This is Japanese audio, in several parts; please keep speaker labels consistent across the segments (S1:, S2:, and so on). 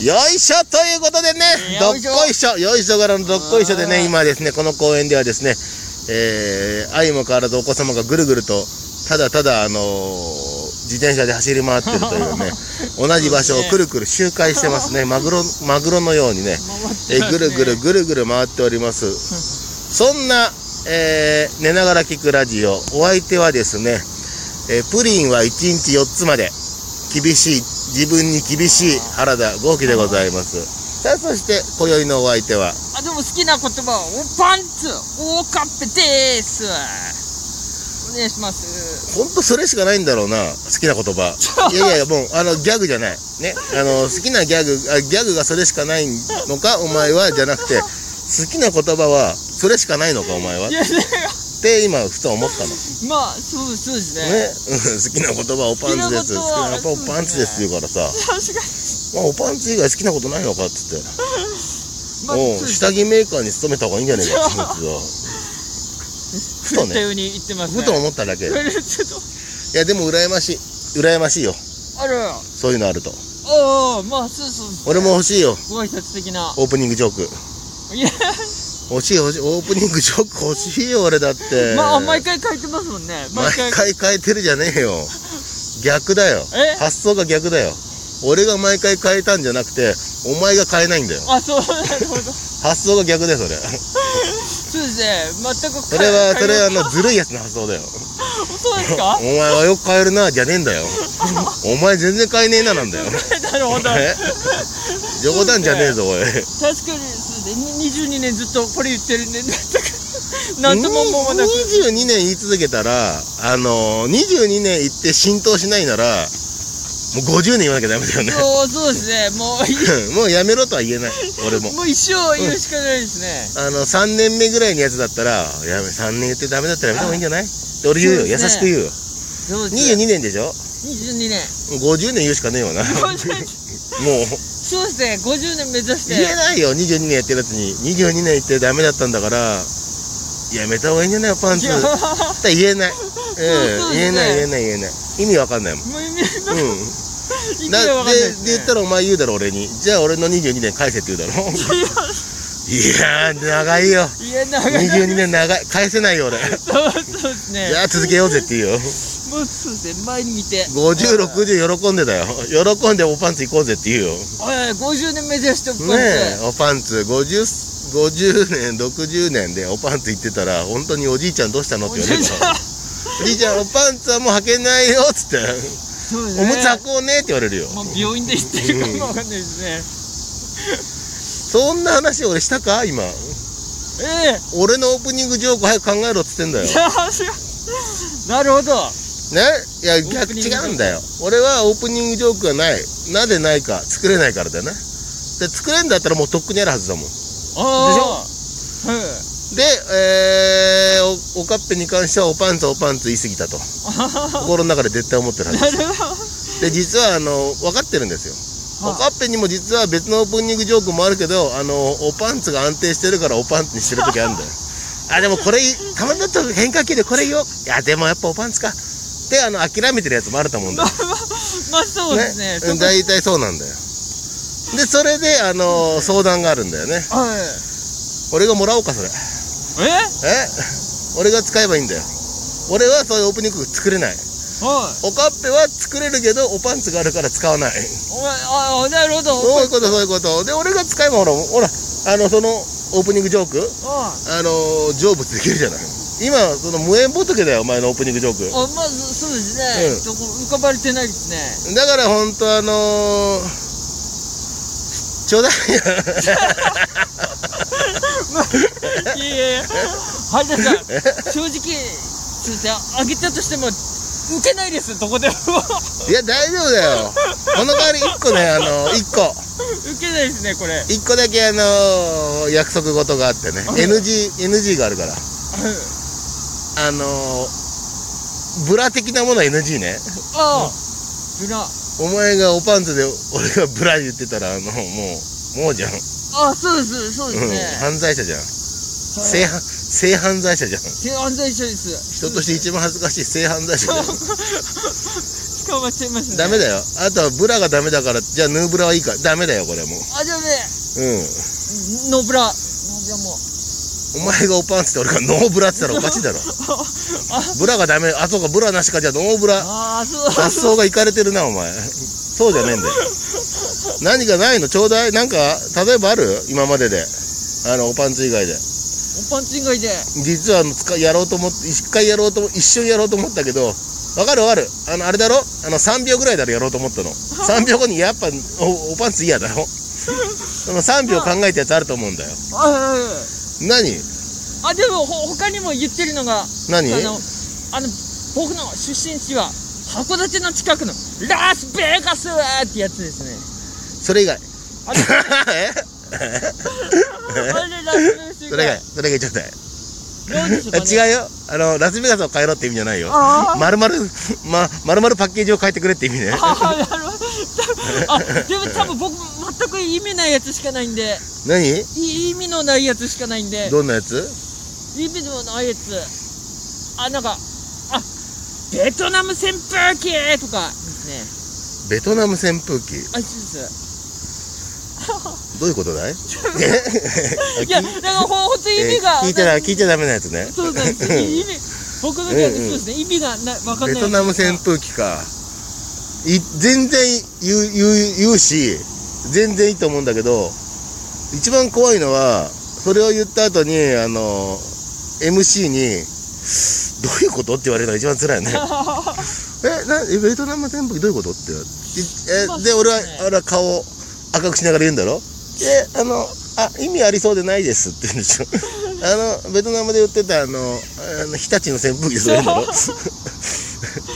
S1: よいしょということでね、ど
S2: よ
S1: っ
S2: いしょ
S1: こいしょ、よいしょ柄のどっこいしょでね、今ですね、この公園ではですね、えー、相も変わらずお子様がぐるぐると、ただただ、あのー自転車で走り回ってるという ね、同じ場所をくるくる周回してますね、マグロ、マグロのようにね、えーぐるぐるぐるぐる回っております。そんな、えー寝ながら聞くラジオ、お相手はですね、えープリンは1日4つまで、厳しい、自分に厳しい原田豪輝でございます。さあ、そして、今宵のお相手は、
S2: あでも好きな言葉はおパンツおかっぺですお願いします
S1: ほんとそれしかないんだろうな、好きな言 葉。いやいやいや、もう、あの、ギャグじゃない。ね。あの、好きなギャグ、あギャグがそれしかないのか、お前は、じゃなくて、好きな言葉は、それしかないのか、お前は。っ
S2: いやだから
S1: て、今、ふと思ったの。
S2: まあそうそうですね
S1: ね、うん好きな言葉はおパンツです好
S2: 好
S1: き
S2: きな
S1: な言
S2: 言葉
S1: 葉はおパンツですって言うからさ、
S2: 確かに
S1: まあ、おパンツ以外好きなことないのかっつって、
S2: まあ
S1: もう
S2: そうですね
S1: 下着メーカーに勤めた方がいいんじゃねえかって思ってふ とね
S2: 言ったように言ってます
S1: ふ
S2: ね
S1: と思っただけ
S2: そ
S1: で
S2: れちょっと
S1: いやでも羨ましい羨ましいよ
S2: あら
S1: そういうのあると
S2: ああまあそうそうですね
S1: 俺も欲しいよ
S2: ご挨拶的な
S1: オープニングジョーク
S2: いや
S1: 欲しい欲しいオープニングジョーク欲しいよ俺だって
S2: まあ毎回書いてますもんね毎
S1: 毎
S2: 回
S1: 回変えてるじゃねえよ逆だよ
S2: え
S1: 発想が逆だよ俺が毎回変えたんじゃなくてお前が変えないんだよ
S2: あそうなるほど
S1: 発想が逆だよそ れ
S2: そうですね全く
S1: それはそれはあ
S2: 会話
S1: のずるいやつの発想だよ
S2: そうですか
S1: お前はよく変えるなじゃねえんだよお前全然変えねえななんだよ
S2: なるほど
S1: え冗談じゃねえぞおい
S2: 確かにそうですねに22年ずっとこれ言ってるんで なんとも思わなく
S1: 22年言い続けたらあの22年言って浸透しないならもう50年言わなきゃダメだよね
S2: そうそうですねも う
S1: もうやめろとは言えない俺も
S2: もう一生言うしかないですね、
S1: あの3年目ぐらいのやつだったらやめ3年言ってダメだったらやめた方がいいんじゃないって俺言うよ、
S2: そう
S1: 優
S2: ですね
S1: しく言うよ
S2: そうですね
S1: 22年でしょ
S2: 22年
S1: 50年言うしかねえよなもう
S2: 50年 そうですね50年目指して
S1: 言えないよ22年やってるやつに22年言ってダメだったんだからやめた方がいいんじゃないよパンツ
S2: いや
S1: って言えない、
S2: そう
S1: うん、
S2: ですね
S1: 言えない言えない言えない意味わかんないもん、う
S2: もう 意味が
S1: ん、
S2: 意味
S1: だ
S2: がわかんない
S1: で
S2: です、ね、
S1: で言ったらお前言うだろ俺にじゃあ俺の22年返せって言うだろ いやー長いよ
S2: いや長い
S1: 22年長い返せない よ俺じ
S2: そうそうですね
S1: ゃあ続けようぜって言うよ
S2: もうそうですね前に見て
S1: 5060喜んでだよ喜んでおパンツ行こうぜって言うよ
S2: はい50年目指しておく
S1: ねえおパンツ 50, 50年60年でおパンツ行ってたら本当におじいちゃんどうしたのって言われるからおじいちゃんおパンツはもう履けないよっつって
S2: そうです
S1: お
S2: ね
S1: むつ履こうねって言われるよ
S2: もう病院で行ってるかもわかんないですね、
S1: そんな話俺したか今
S2: ええ
S1: 俺のオープニングジョーク早く考えろっつってん だよね
S2: なるほど。
S1: いや
S2: オー
S1: 逆
S2: プニング
S1: 違うんだよ俺はオープニングジョークがないなぜないか作れないからだよねで作れんだったらもうとっくにあるはずだもん
S2: ああ。はい。
S1: で、えー、おおかっぺに関してはおパンツおパンツ言い過ぎたと心の中で絶対思ってるはず
S2: なるほど。
S1: で実はあの分かってるんですよ
S2: は
S1: おかっぺにも実は別のオープニングジョークもあるけどあのおパンツが安定してるからおパンツにしてる時あるん だよあでもこれいいたまになったら変化球でこれよいやでもやっぱおパンツかであの諦めてるやつもあると思うんだよ
S2: まあそうですね。そ
S1: うん
S2: こ
S1: 大体そうなんだよでそれであの相談があるんだよね
S2: はい。
S1: 俺がもらおうかそれ
S2: え？
S1: え俺が使えばいいんだよ俺はそういうオープニング作れない
S2: はい。
S1: おかっぺは作れるけどおパンツがあるから使わない
S2: お前ああなるほど。
S1: そういうことそういうことで俺が使えばほらほらあのそのオープニングジョーク
S2: あ
S1: あの成仏できるじゃない今その無縁仏だよお前のオープニングジョー
S2: あ。あまあそそうですね。
S1: うん
S2: どこ浮かばれてな いですね。
S1: クだから本当あのー、ちょうだいよ
S2: いやいやいや。はるさん正直そうですね。あげたとしても受けないですどこでも
S1: いや大丈夫だよこの代わり1個ねあの1個
S2: 受けないですねこれ。
S1: 1個だけあのー約束事があってね NG, NG があるからあのー、ブラ的なものは NG ね。
S2: ああ。ブラ。
S1: お前がおパンツで俺がブラ言ってたら、あの、もう、もうじゃん。
S2: あそうですそ
S1: う
S2: う
S1: ん
S2: ですね。
S1: 犯罪者じゃん。
S2: はい
S1: 性犯、性犯罪者じゃん。
S2: 性犯罪者です。
S1: 人として一番恥ずかしい性犯罪者じゃん。
S2: し捕まっちゃいまし
S1: ダ
S2: たね
S1: メだよ。あとはブラがダメだから、じゃあヌーブラはいいか。ダメだよ、これもう。
S2: あでもね
S1: うん。
S2: ノーブラノーブラも
S1: お前がおパンツって俺がノーブラって言ったらおかしい だろ。ブラがダメ。あ、そうか、ブラなしか。じゃあノーブラ。
S2: ああそう
S1: 雑草がいかれてるな、お前。そうじゃねえんだよ。何かないのちょうだいなんか、例えばある今までで。あの、おパンツ以外で。
S2: おパンチ以外で
S1: 実はあのつかやろうと思って一回やろうと一瞬やろうと思ったけどわかるわかるあのあれだろあの3秒ぐらいだろやろうと思ったの3秒後にやっぱおおパンツ嫌だろその3秒考えたやつあると思うんだよ
S2: あはいはいはい
S1: 何
S2: あでもほ他にも言ってるのが
S1: 何
S2: あのあの僕の出身地は函館の近くのラスベガスってやつですね
S1: それ以外
S2: あ れ
S1: え
S2: あれラスベガス以
S1: それ以
S2: 外
S1: 外それ以外言っちゃった
S2: どうでしょうかね
S1: 違うよあのラスベガスを変えろって意味じゃないよ
S2: あー
S1: まるまる ま丸々パッケージを変えてくれって意味ね
S2: あーなるほどあでも多分僕全く意味ないやつしかないんで
S1: 何
S2: い意味のないやつしかないんで
S1: どんなやつ
S2: 意味のないやつあなんかあベトナム扇風機とかですね
S1: ベトナム扇風機
S2: あそうです
S1: どういうことだい え
S2: いやなんかほほんと意味が
S1: えー聞いたら聞いちゃダメなやつね
S2: そうなんですよ。意味、僕の中でそうですね、意味がな、わかんない。
S1: ベトナム扇風機かい全然言う言う言うし全然いいと思うんだけど一番怖いのはそれを言った後にあの MC に「どういうこと?」って言われるのが一番辛いよね えなえベトナム扇風機どういうことってえで俺は俺は顔を赤くしながら言うんだろえあのあ意味ありそうでないですって言うんで しょあのベトナムで言ってたあのあの日立の扇風機でそれ言うんだろ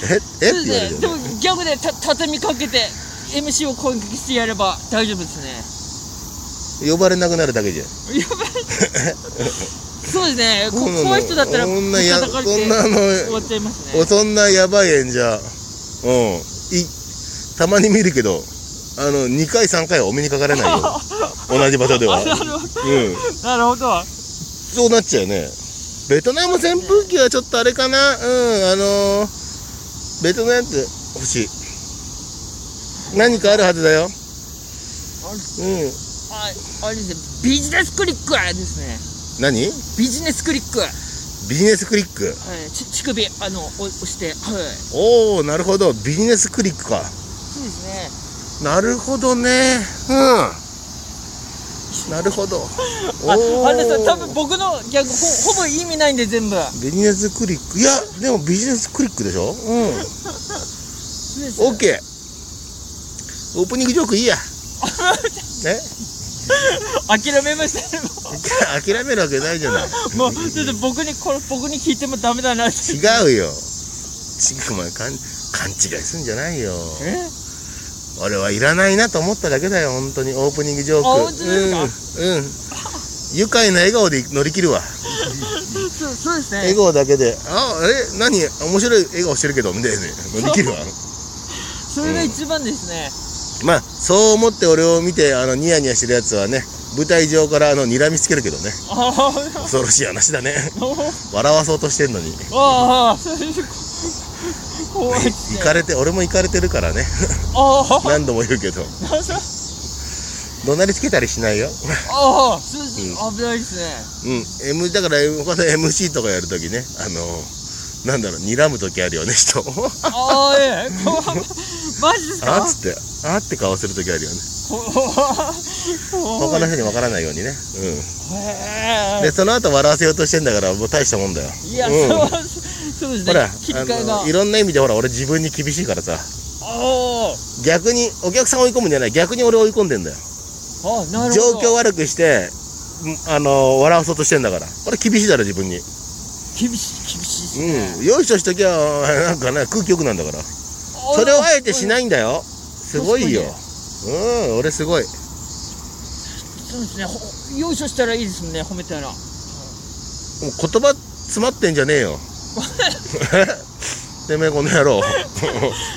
S1: ええって
S2: そう
S1: 言われる
S2: です
S1: よね
S2: ね。でも、ギャグでた畳みかけて、MC を攻撃してやれば大丈夫ですね。
S1: 呼ばれなくなるだけじゃん
S2: やばい。 そうですね。こ怖い人だったら、
S1: こんなや
S2: 叩かれて
S1: こんな
S2: 終わ
S1: の
S2: っちゃいます
S1: お
S2: ね。
S1: そんなやばい演者うんいたまに見るけどあの2回3回はお目にかかれないよ 同じ場所では
S2: あ、な
S1: う
S2: るほど。
S1: ん
S2: なるほど。
S1: そうなっちゃうよねベトナム扇風機はちょっとあれかなうんあのーベトナムって欲しい何かあるはずだようん
S2: あ、あれですね。ビジネスクリックですね。
S1: 何
S2: ビジネスクリック。は
S1: ビジネスクリック
S2: い。ち乳首、あの、お押して。は
S1: お
S2: い。
S1: おなるほどビジネスクリックか
S2: そうですね。
S1: なるほどね。うん。 なるほど。お
S2: あ、あれです
S1: ー
S2: ね。多分僕のギャグ、ほほぼ意味ないんで、全部。
S1: ビジネスクリック。いや、でもビジネスクリックでしょう
S2: そうです
S1: ん。オッケー。オープニングジョークいいや。ね、
S2: 諦めました ね
S1: 諦めるわけないじゃない。
S2: もうもうちょっと僕にこれ僕に聞いてもダメだなって
S1: 違うよ。違う、お前、勘勘違いすんじゃないよ。
S2: え
S1: 俺はいらないなと思っただけだよ、本当に。オープニングジョーク。
S2: あ本当
S1: うん。うん。愉快な笑顔で乗り切るわ。
S2: そうそうです
S1: 笑
S2: ね
S1: 顔だけで「あえ何面白い笑顔してるけど」みたいなね乗り切るわ
S2: それが一番ですね、
S1: まあそう思って俺を見てあのニヤニヤしてるやつはね舞台上からあの睨みつけるけどね
S2: あー
S1: 恐ろしい話だね
S2: あ
S1: 笑わそうとしてんのに
S2: ああそれでこ怖いっす
S1: 行
S2: ね
S1: かれて俺も行かれてるからね
S2: ああ
S1: 何度も言うけど怒鳴りつけたりしないよ
S2: ああそうです危ないですね
S1: うん、M、だから他の MC とかやるときねあのなんだろう睨む時あるよね人
S2: ああええ怖いマジです
S1: あ
S2: か
S1: っつってあって顔する時あるよね
S2: 怖
S1: 他
S2: い
S1: の人に分からないようにねうん
S2: へ
S1: でその後笑わせようとしてんだからもう大したもんだよ
S2: えいや
S1: うん
S2: そうそうです
S1: ほ
S2: ね
S1: ら
S2: 切り替えが
S1: あのいろんな意味でほら俺自分に厳しいからさ
S2: ああ
S1: 逆にお客さんを追い込むんじゃない逆に俺を追い込んでんだよ
S2: あなるほ
S1: 状
S2: ど
S1: 況悪くしてんあの笑わそうとしてんだからこれ厳しいだろ自分に
S2: 厳しい厳しいですね、
S1: うんよいしょしときゃなんかね空気よくなんだからそれをあえてしないんだよすごいようん俺すごい
S2: そうですねほよいしょしたらいいですもんね褒めたら
S1: もう言葉詰まってんじゃねえよてめえこの野郎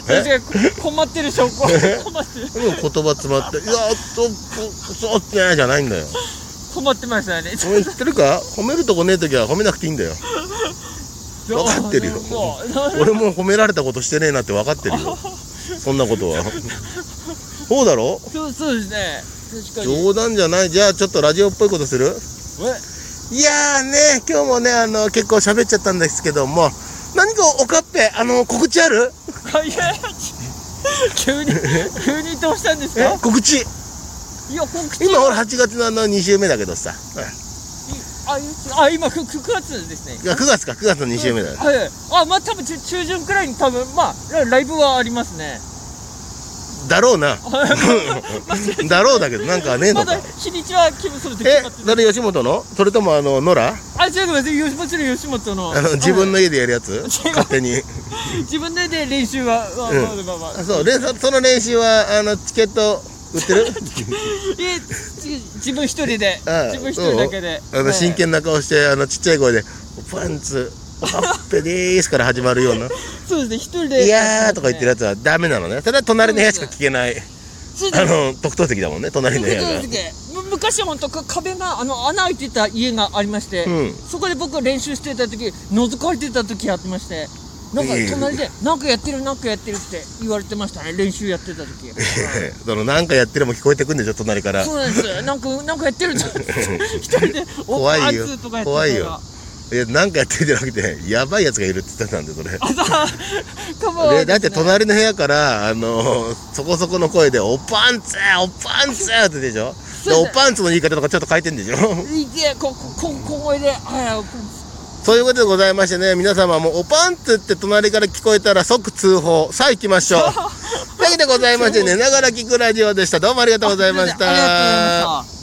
S1: え
S2: 確かに困ってる証拠困ってる
S1: でも言葉詰まって「いやーっとこそうってね」じゃないんだよ
S2: 困ってましたね
S1: お前知ってるか褒めるとこねえ時は褒めなくていいんだよ分かってるよ
S2: そうなるほど
S1: 俺もう褒められたことしてねえなって分かってるよそんなことはそうだろ
S2: そうそうですね確かに
S1: 冗談じゃないじゃあちょっとラジオっぽいことするいやーね今日もねあの結構喋っちゃったんですけども何かおかっぺあの告知ある
S2: えいや急に急にどうしたんですか
S1: 告知
S2: いや告知
S1: 今俺8月のあの2週目だけどさ
S2: あいあ今くく9月ですね
S1: 9月か9月の2週目だよ
S2: はいあまあ多分中中旬くらいに多分まあライブはありますね
S1: だろう なだろうだけど なんかねえの
S2: ま
S1: か
S2: だ日にちは気分すると
S1: え
S2: 決まってない
S1: 誰吉本のそれともあの野良
S2: あ違うごめんなさいよもちろん吉本の
S1: あの自分の家でやるやつ
S2: 違う
S1: 勝手に
S2: 自分でで練習は、まあ
S1: うん
S2: まあまあまあ
S1: あそう練そその練習はあのチケット売 ってる
S2: えち自分一人で
S1: ああ
S2: 自分一人だけで
S1: あの真剣な顔してあのちっちゃい声で「パンツほっぺでーす」から始まるような「
S2: そうですね一人で
S1: いやー」とか言ってるやつはダメなのねそれは隣の部屋しか聞けない
S2: そうです
S1: あの特等席だもんね隣の部屋が
S2: そうですむ昔本当か壁があの穴開いてた家がありまして、
S1: うん
S2: そこで僕練習してた時覗かれてた時やってましてなんか
S1: いい
S2: 隣で「なんかやってるなんかやってる」って言われてましたね練習やってた時
S1: そのなんかやってるも聞こえてくんでしょ隣から
S2: そうなんですなんかなんかやってるんだ 一人で「お
S1: 怖いよ
S2: あつとかやってたら
S1: 怖いよいやなんかやってるじゃなくてやばいやつがいるって言ってたんでそれ
S2: あそうかも、
S1: でだって隣の部屋から、あのそこそこの声で、おパンツおパンツって言ってでしょで、
S2: そう
S1: お
S2: だ
S1: パンツの言い方とかちょっと変えてんでしょ
S2: いてこここ小声で「あ
S1: そういうことでございましてね、皆様もおパンツって隣から聞こえたら即通報。さあ行きまし ょう。というわけでございましてね、ながら聞くラジオでした。どうもありがとうございました。
S2: ありがとうございました